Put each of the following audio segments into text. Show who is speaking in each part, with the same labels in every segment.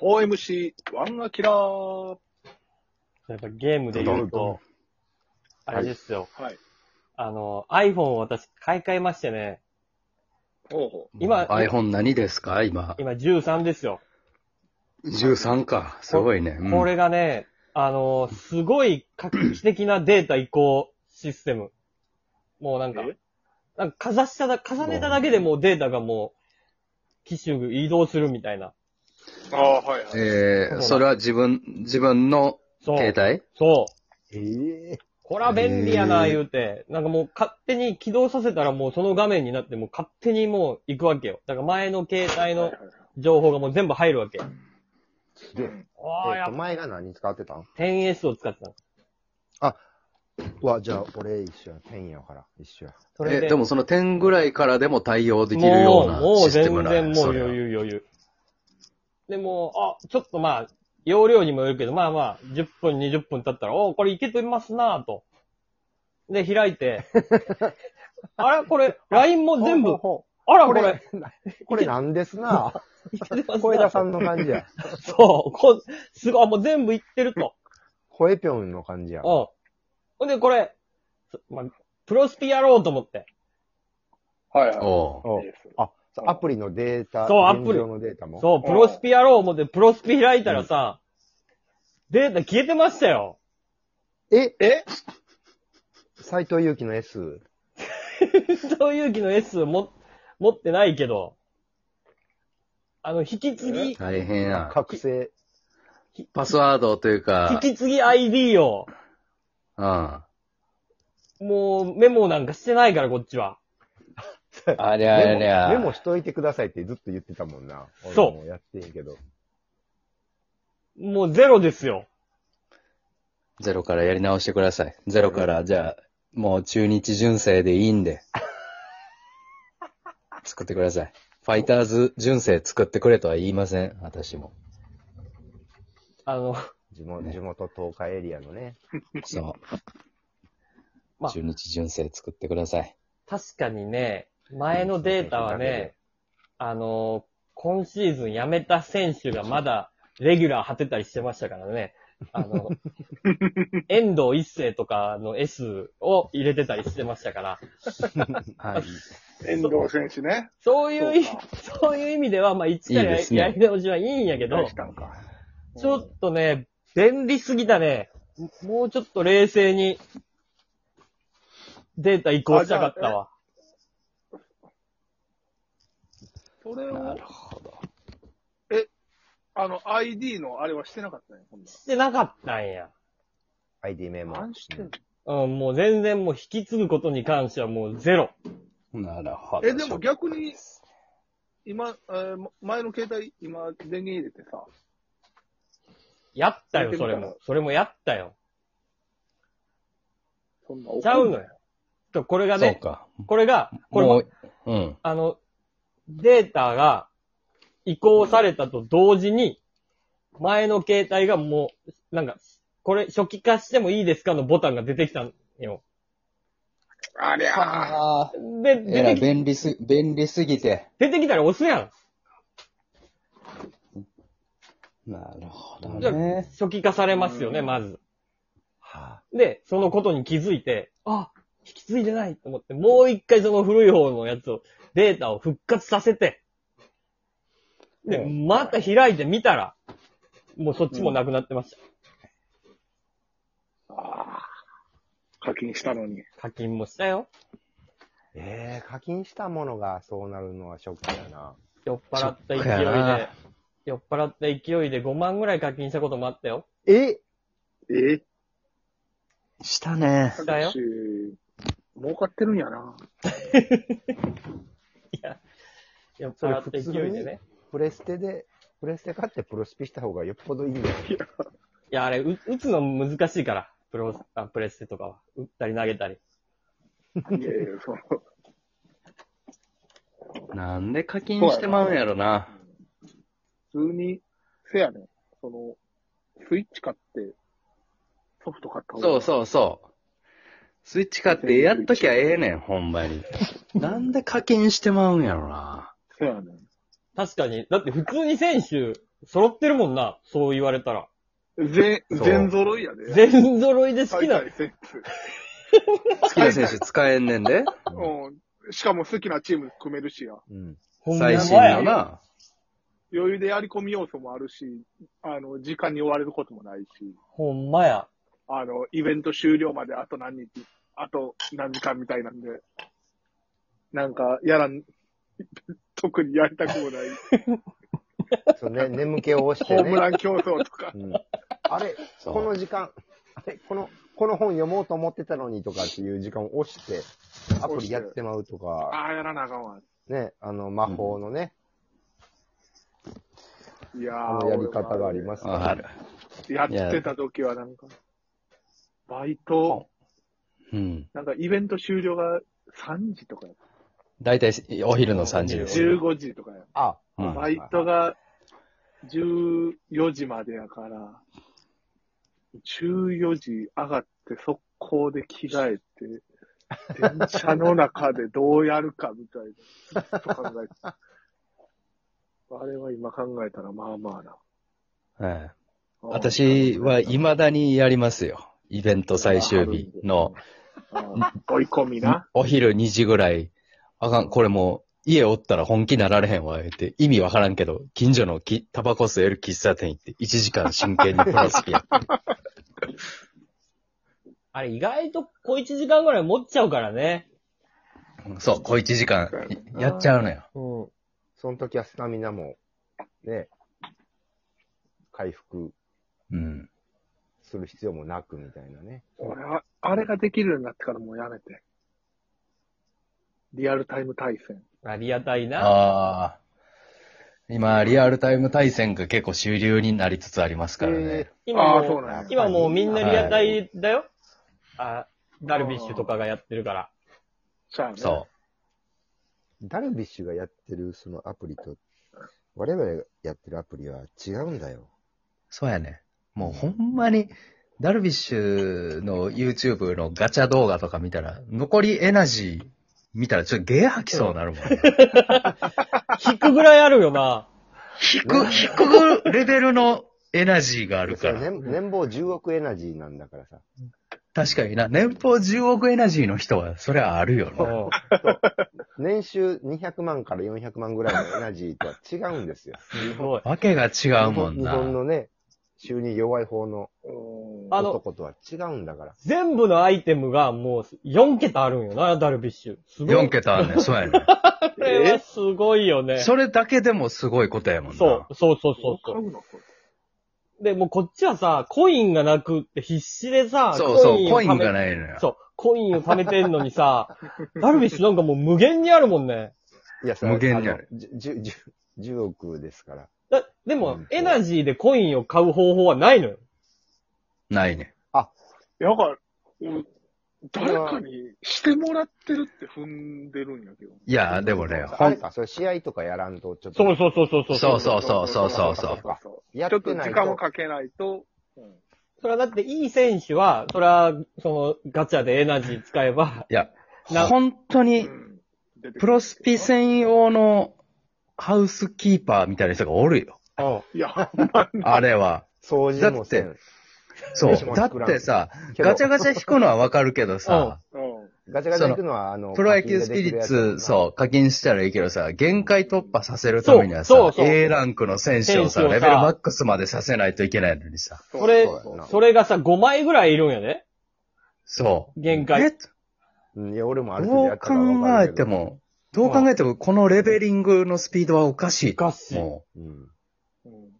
Speaker 1: 4MC1 アキラー。は
Speaker 2: やっぱゲームで言うと、あれですよ。
Speaker 1: い。
Speaker 2: あの、iPhone を私買い替えましてね、
Speaker 1: ほうほ
Speaker 2: 今
Speaker 3: iPhone 何ですか今。
Speaker 2: 今13ですよ。
Speaker 3: 13か。すごいね。うん
Speaker 2: これがね、あの、すごい画期的なデータ移行システム。もうなんか
Speaker 1: え、
Speaker 2: なんかかざしただ、重ねただけでもうデータがもう、機種移動するみたいな。
Speaker 1: う。ああ、はいはい。
Speaker 3: えー、それは自分、自分の
Speaker 2: そう。
Speaker 3: 携帯
Speaker 2: そう。
Speaker 4: ええ
Speaker 2: こら便利やな、
Speaker 3: へー
Speaker 2: 言うて。なんかもう勝手に起動させたらもうその画面になってもう勝手にもう行くわけよ。だから前の携帯の情報がもう全部入るわけ。
Speaker 4: で、
Speaker 2: ああ、
Speaker 4: え
Speaker 2: や
Speaker 4: っと
Speaker 2: っぱ
Speaker 4: 前が何使ってたん
Speaker 2: 10S を使ってたの。
Speaker 4: うわ、じゃあ、俺一緒や。天やから、一緒や。
Speaker 2: そ
Speaker 3: え
Speaker 2: れで、
Speaker 3: でもその点ぐらいからでも対応できるよう
Speaker 2: もう、
Speaker 3: な
Speaker 2: もう
Speaker 3: システ
Speaker 2: 全
Speaker 3: ムなんや
Speaker 2: 然もう
Speaker 3: そ
Speaker 2: 余
Speaker 3: れは
Speaker 2: 裕余裕。でもう、あ、ちょっとまあ、容量にもよるけど、まあまあ、10分、20分経ったら、おこれいけてますなぁと。で、開いて。 あれこれ、LINE も全部、
Speaker 4: ほ
Speaker 2: あら
Speaker 4: うほうほう
Speaker 2: これ、
Speaker 4: これなんで すな。
Speaker 2: いけてます
Speaker 4: 小
Speaker 2: な
Speaker 4: 枝
Speaker 2: ぁと
Speaker 4: さんの感じや。
Speaker 2: そう、こすごい、もう全部いってると。
Speaker 4: 声ぴょんの感じや。
Speaker 2: うん。ほんで、これ、そまあ、プロスピやろうと思って。
Speaker 1: はいはい。
Speaker 3: おう
Speaker 4: お
Speaker 1: いいです
Speaker 4: あ、そうアプリのデータ、
Speaker 2: そうアプリ
Speaker 4: 現状のデータも。
Speaker 2: そう、プロスピやろう思って、プロスピ開いたらさ、データ消えてましたよ。
Speaker 4: え、
Speaker 1: え
Speaker 4: 斎藤祐樹の S。
Speaker 2: そういう気の S も、持ってないけど、あの、引き継ぎ、
Speaker 3: 大変や。
Speaker 4: 覚醒。
Speaker 3: パスワードという
Speaker 2: 引
Speaker 3: か、
Speaker 2: き継ぎ ID を、
Speaker 3: うん。あ
Speaker 2: もうメモなんかしてないから、こっちは。
Speaker 3: り
Speaker 4: メ
Speaker 3: ゃ
Speaker 4: モ
Speaker 3: りゃ。
Speaker 4: メモしといてくださいってずっと言ってたもんな。
Speaker 2: そう
Speaker 4: 俺もやってんけど。
Speaker 2: もうゼロですよ。
Speaker 3: ゼロからやり直してください。ゼロから、じゃあ、もう中日純正でいい んで。作ってください。ファイターズ純正作ってくれとは言いません、私も。
Speaker 2: あの、
Speaker 4: 地元、地元東海エリアのね。
Speaker 3: そう。
Speaker 2: まあ
Speaker 3: 中日純正作ってください。
Speaker 2: 確かにね、前のデータはね、あの、今シーズン辞めた選手がまだレギュラー張ってたりしてましたからね。あの、遠藤一世とかの S を入れてたりしてましたから、
Speaker 3: はい。
Speaker 1: 遠藤選手ね。
Speaker 2: そういう意
Speaker 1: そうか
Speaker 2: そういう意味では、まあ、一から
Speaker 3: いい
Speaker 2: や
Speaker 3: ですね
Speaker 2: やり直しはいいんやけど、
Speaker 1: 大したんか。
Speaker 2: ちょっとね、便利すぎたね。もうちょっと冷静にデータ移行したかったわ。
Speaker 1: それ
Speaker 3: な
Speaker 1: を
Speaker 3: る、ほど。
Speaker 1: あの、ID のあれはしてなかったね、今度
Speaker 2: してなかったんや。
Speaker 4: ID メモ。
Speaker 1: 何してんの
Speaker 2: うん、もう全然もう引き継ぐことに関してはもうゼロ。
Speaker 3: なるほど。
Speaker 1: え、でも逆に、今、えーも前の携帯、今、電源入れてさ、
Speaker 2: やった
Speaker 1: や
Speaker 2: よ
Speaker 1: っ、てみ
Speaker 2: そ
Speaker 1: た
Speaker 2: れ
Speaker 1: ら
Speaker 2: も。それもやったよ。
Speaker 1: そんな怒ん
Speaker 2: ちゃうのよ。とこれが
Speaker 3: そう
Speaker 2: ね、
Speaker 3: か。
Speaker 2: これが、これ
Speaker 3: も
Speaker 2: も、
Speaker 3: う、うん。
Speaker 2: あの、データが移行されたと同時に、前の携帯がもう、なんか、これ初期化してもいいですかのボタンが出てきたんよ。
Speaker 1: ありゃー。
Speaker 3: ああ。
Speaker 2: で、
Speaker 3: え
Speaker 2: 出
Speaker 3: ら
Speaker 2: て
Speaker 3: い
Speaker 2: き、
Speaker 3: 便利す、便利すぎて。
Speaker 2: 出てきたら押すやん。
Speaker 3: なるほど
Speaker 2: じゃあ
Speaker 3: ね。
Speaker 2: 初期化されますよね、
Speaker 1: うん
Speaker 2: まず。
Speaker 4: は
Speaker 2: で、そのことに気づいて、あ、引き継いでないと思って、もう一回その古い方のやつを、データを復活させて、で、
Speaker 4: う
Speaker 2: また開いてみたら、もうそっちもなくなってました。
Speaker 1: あー課金したのに。
Speaker 2: 課金もしたよ。
Speaker 4: えー、課金したものがそうなるのはショックだな。
Speaker 2: 酔っ払った勢い
Speaker 3: ショックや
Speaker 2: で
Speaker 3: な、
Speaker 2: 酔っ払った勢いで5万ぐらい課金したこともあったよ。
Speaker 4: え
Speaker 1: え
Speaker 3: したね。
Speaker 2: だよ
Speaker 1: し儲かってるんやな。
Speaker 2: 酔っ払った勢いで
Speaker 4: それ普通に
Speaker 2: ね。
Speaker 4: プレステで、プレステ買ってプロスピした方がよっぽどいいんだよ。
Speaker 2: いや、あれ、う打つの難しいから、プロあプレステとかは。打ったり投げたり。
Speaker 1: いやいや、そう。
Speaker 3: なんで課金してまうんやろな。
Speaker 1: 普通に、せやねん。その、スイッチ買って、ソフト買った方が
Speaker 3: そうそうそう。スイッチ買ってやっときゃええねん、ほんまに。なんで課金してまうんやろな。
Speaker 1: そうやねん。
Speaker 2: 確かに、だって普通に選手、揃ってるもんな、そう言われたら。
Speaker 1: 全、
Speaker 4: そう
Speaker 1: 全揃いやで。
Speaker 2: 全揃いで好きな
Speaker 1: 海、外選
Speaker 3: 好きな選手使えんねんで。
Speaker 1: 手うん。しかも好きなチーム組めるしや。
Speaker 4: うん。
Speaker 2: ほんま
Speaker 3: 最
Speaker 2: や
Speaker 3: 新のな。
Speaker 1: 余裕でやり込み要素もあるし、あの、時間に追われることもないし、
Speaker 2: ほんまや。
Speaker 1: あの、イベント終了まであと何日、あと何時間みたいなんで、なんか、やらん、 特にやりたくもない、
Speaker 4: そうね、眠気を押し
Speaker 1: ホー
Speaker 4: て
Speaker 1: ム
Speaker 4: ね。
Speaker 1: ラン競争とか
Speaker 4: う、ん、あれ、
Speaker 3: そう
Speaker 4: この時間、あれ、この、この本読もうと思ってたのにとかっていう時間を押して、アプリやってまうとか、
Speaker 1: ああ、やらなあかんわ。
Speaker 4: ね、あの、魔法のね、
Speaker 1: いや
Speaker 4: あ
Speaker 1: ー
Speaker 4: のやり方がありますか
Speaker 3: あ
Speaker 4: ら、
Speaker 3: る。
Speaker 1: やってた時はなんか、バイト、
Speaker 3: うん。
Speaker 1: なんかイベント終了が3時とかやっ
Speaker 3: 大体お昼の3時
Speaker 1: た。
Speaker 3: ですよ。
Speaker 1: 15時とかやっ
Speaker 4: あ、
Speaker 3: うん
Speaker 1: た。バイトが14時までやから、14時上がって速攻で着替えて、電車の中でどうやるかみたいな、ずっと考えてた。 あれは今考えたらまあまあな。
Speaker 3: はい私は未だにやりますよ。イベント最終日の
Speaker 1: あー追い込みな。
Speaker 3: お昼2時ぐらい。あかん、これもう家おったら本気なられへんわ、言って。意味わからんけど、近所のきタバコ吸える喫茶店行って1時間真剣にプロスキやって。
Speaker 2: あれ意外と小1時間ぐらい持っちゃうからね。
Speaker 3: そう、小1時間やっちゃうのよ。
Speaker 2: うん。
Speaker 4: その時はスタミナも、ね、回復
Speaker 3: うん。
Speaker 4: する必要もなくみたいなね。
Speaker 1: 俺は、あれができるようになってからもうやめて。リアルタイム対戦。
Speaker 2: ありがたいな。
Speaker 3: ああ。今、リアルタイム対戦が結構主流になりつつありますからね。
Speaker 2: 今
Speaker 1: あーそう
Speaker 2: も
Speaker 1: なんや
Speaker 2: う、今もうみんなリアタイだよ。あ、ダルビッシュとかがやってるから。
Speaker 1: そうやね。
Speaker 3: そ
Speaker 4: ダルビッシュがやってるそのアプリと、我々がやってるアプリは違うんだよ。
Speaker 3: う。そうやね。もうほんまに、ダルビッシュの YouTube のガチャ動画とか見たら、残りエナジー見たらちょっとゲー吐きそうになる もん。
Speaker 2: 引くぐらいある よな。
Speaker 3: 引 く、引くレベルのエナジーがある
Speaker 4: そ
Speaker 3: か
Speaker 4: れ
Speaker 3: ら。
Speaker 4: 年年俸10億エナジーなんだからさ。
Speaker 3: 確かにな、年俸10億エナジーの人は、それはあるよ
Speaker 2: う
Speaker 3: な。
Speaker 2: ん
Speaker 4: 年収200万から400万ぐらいのエナジーとは違うんですよ。
Speaker 2: すごい。
Speaker 3: わけが違うもん
Speaker 4: 日本
Speaker 3: な。
Speaker 4: のね、収入弱い方の
Speaker 1: うん
Speaker 2: あの
Speaker 4: 男とは違うんだから。
Speaker 2: 全部のアイテムがもう4桁あるんよな、ダルビッシュ。すごい。
Speaker 3: 4。桁あ んねん、そうやねん。
Speaker 2: これはすごいよね。そ
Speaker 3: それだけでもすごいことやもんな。
Speaker 2: う、そうそうそう
Speaker 1: 買
Speaker 2: そう
Speaker 1: のこれ
Speaker 2: で、もうこっちはさ、コインがなくって必死でさ、
Speaker 3: そうそう、コインが
Speaker 2: い。
Speaker 3: ないのよ。
Speaker 2: そう、コインを貯めてんのにさ、ダルビッシュなんかもう無限にあるもんね。
Speaker 4: いや、そ
Speaker 3: 無限にある
Speaker 4: の。じゅじゅじゅ 10, 億ですから。
Speaker 2: だで
Speaker 4: う
Speaker 2: も
Speaker 4: ん、
Speaker 2: エナジーでコインを買う方法はないのよ。
Speaker 3: ないね。
Speaker 1: いや、だから、俺誰かにしてもらってるって踏んでるんやけど。
Speaker 3: いや、でもね、
Speaker 4: あ
Speaker 3: ほ
Speaker 4: れ
Speaker 3: ん、
Speaker 4: か、それ試合とかやらんと、ちょっと。
Speaker 2: そうそうそうそうそう。
Speaker 3: そうそうそうそうそうそう
Speaker 1: う
Speaker 4: や
Speaker 1: ちょ
Speaker 4: っ
Speaker 1: っと
Speaker 4: てない
Speaker 1: 時
Speaker 4: と。
Speaker 1: 間をかけないと、うん
Speaker 2: それはだっていい選手は、それは、その、ガチャでエナジー使えば、
Speaker 3: いや、
Speaker 2: な
Speaker 3: 本当に、
Speaker 1: 出てくる
Speaker 3: プロスピ専用のハウスキーパーみたいな人がおるよ。
Speaker 1: いや、
Speaker 3: あれは。
Speaker 4: 掃除もせ
Speaker 3: だ
Speaker 4: ん。
Speaker 3: そう
Speaker 4: よし。もう
Speaker 3: だっ
Speaker 4: 作らん
Speaker 3: てさ、ガチャガチャ引くのはわかるけどさ、
Speaker 1: うん。
Speaker 4: ガチャガチャ行くのは、あの、
Speaker 3: プロ野球スピリッツ、そう、課金したらいいけどさ、限界突破させるためにはさ
Speaker 2: そうそうそう
Speaker 3: A ランクの選手をさ、
Speaker 2: 選手をさ
Speaker 3: レベルマックスまでさせないといけないのにさ。
Speaker 2: それ
Speaker 1: そうそう
Speaker 2: それがさ、5枚ぐらいいるんやで。
Speaker 3: そう。
Speaker 2: 限界
Speaker 3: え
Speaker 4: う。うんいや、俺もある程度
Speaker 3: ど
Speaker 4: や
Speaker 3: う
Speaker 4: ったからわか
Speaker 3: 考え
Speaker 4: るけ
Speaker 3: て
Speaker 4: ど。
Speaker 3: も、どう考えてもこのレベリングのスピードはおかしい。
Speaker 2: おかしい
Speaker 3: も
Speaker 4: うん。
Speaker 1: うん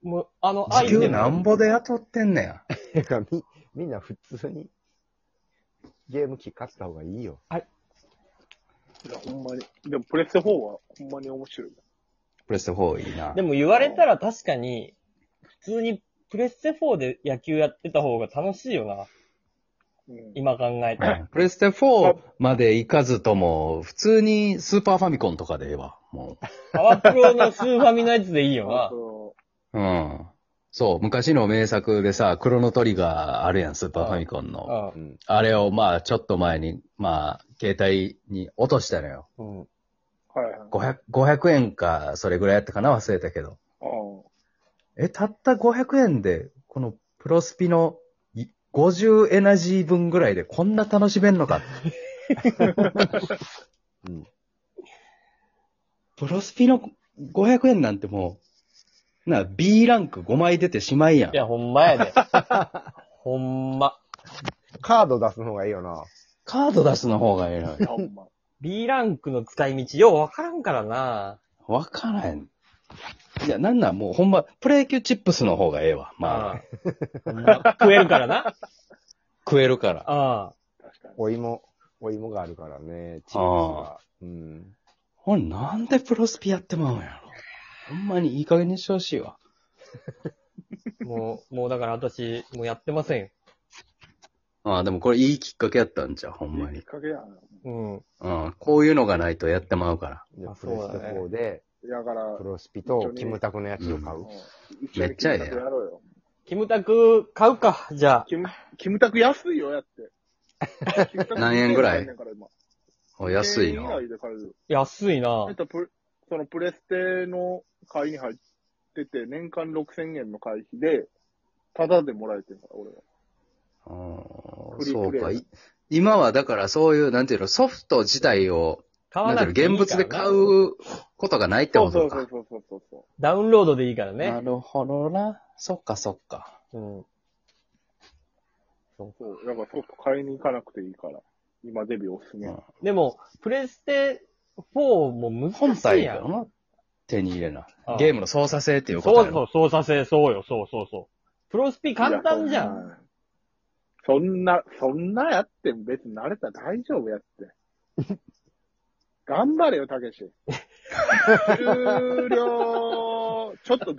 Speaker 2: もう、あの、
Speaker 3: う、
Speaker 2: アイ
Speaker 3: 時給
Speaker 2: テ
Speaker 3: な
Speaker 2: ム。
Speaker 3: んぼで雇ってんねや。
Speaker 4: てか、み、みんな普通に、ゲーム機買った方がいいよ。
Speaker 1: いや、ほんまに。でも、プレステ4はほんまに面白い。
Speaker 3: プレステ4いいな
Speaker 2: で。も言われたら確かに、普通にプレステ4で野球やってた方が楽しいよな。
Speaker 1: うん
Speaker 2: 今考えたら。
Speaker 3: プレステ4まで行かずとも、普通にスーパーファミコンとかでええわ。も。
Speaker 2: パワープロのスーファミのやつでいいよ な。
Speaker 1: そう
Speaker 3: うん。そう、昔の名作でさ、クロノトリガーあるやん、スーパーファミコンの。
Speaker 2: う
Speaker 4: うん。
Speaker 3: あれをまあ、ちょっと前に、まあ、携帯に落としたのよ。
Speaker 2: ん。うん。
Speaker 1: うはいはい。
Speaker 3: 500、500円か、それぐらいやったかな、忘れたけど。
Speaker 1: あ
Speaker 3: え、たった500円で、このプロスピのい50エナジー分ぐらいでこんな楽しめんのか。
Speaker 4: うん。
Speaker 3: プロスピの500円なんてもう、なあ、B ランク5枚出てしまいやん
Speaker 2: い。や、ほんま やで。ほんま。
Speaker 4: カード出すの方がいいよな。
Speaker 3: カード出すの方がいいのよ。
Speaker 1: ほんま。
Speaker 2: B ランクの使い道、ようわからんからな。
Speaker 3: わからへん。いや、なんなんもうほんま、プレー級チップスの方がええわ。まあ、
Speaker 2: あ。ほんま食えるからな。
Speaker 3: 食えるから。
Speaker 2: ああ。
Speaker 1: 確かに。
Speaker 4: お芋、お芋があるからね、チーズが。うん。
Speaker 3: ほんなんでプロスピやってまうんやろ。ほんまにいい加減にしてほしいわ。
Speaker 2: もう、もうだから私、もうやってませんよ。
Speaker 3: ああ、でもこれいいきっかけやったんじゃう、ほんま
Speaker 1: いいき
Speaker 3: に
Speaker 1: っ。かけやな。
Speaker 2: うん。
Speaker 3: うん。こういうのがないとやってまうから。
Speaker 4: で
Speaker 2: あ
Speaker 4: プロス
Speaker 2: そうだ
Speaker 4: ピ
Speaker 2: ね
Speaker 4: 4で、
Speaker 1: だから、
Speaker 4: プロスピとキムタクのやつを買
Speaker 1: う。
Speaker 4: うん
Speaker 1: 一緒に
Speaker 3: めっちゃええやん
Speaker 1: キムタクやろうよ。
Speaker 2: キムタク買うか、じゃあ。
Speaker 1: キム、キムタク安いよ、やって。
Speaker 3: 何円ぐらい
Speaker 1: キムタク2000
Speaker 3: お安い
Speaker 1: 円ぐら
Speaker 3: の。
Speaker 1: いで買えるよ
Speaker 2: 安いな
Speaker 1: えっ。とプレそのプレステの会に入ってて、年間6000円の会費で、タダでもらえてるから、俺は。
Speaker 3: あ
Speaker 1: フ
Speaker 3: ー
Speaker 1: リー
Speaker 3: そう
Speaker 1: プレイ
Speaker 3: か。い今はだからそういう、なんていうの、ソフト自体を、
Speaker 2: 買
Speaker 3: な
Speaker 2: わ
Speaker 3: んて
Speaker 2: ないく
Speaker 3: う
Speaker 2: ていい
Speaker 3: の、
Speaker 2: からな
Speaker 3: 現物で買。うことがないって
Speaker 1: そ
Speaker 3: こ
Speaker 1: うそ
Speaker 3: と
Speaker 1: うそ
Speaker 3: か
Speaker 1: う。そうそうそう。
Speaker 2: ダウンロードでいいから
Speaker 3: な
Speaker 2: ね。
Speaker 3: るほどな。そっかそっか。
Speaker 2: うん。
Speaker 1: そう、だからソフト買いに行かなくていいから。今デビューおすすめやん。
Speaker 2: でも、プレステ4も
Speaker 3: 本
Speaker 2: 難しい
Speaker 3: 体
Speaker 2: や
Speaker 3: が
Speaker 2: ん。
Speaker 3: な手に入れな
Speaker 2: ああ。
Speaker 3: ゲームの操作性っていうこと
Speaker 2: そ
Speaker 3: や
Speaker 2: う
Speaker 3: ろ
Speaker 2: そう、操作性、そうよ、そうそうそう。プロスピ簡単じゃ
Speaker 1: いや
Speaker 2: ん。。
Speaker 1: そんな、そんなやっても別に慣れたら大丈夫やって。 頑張れよ、たけし。終了。ちょっとど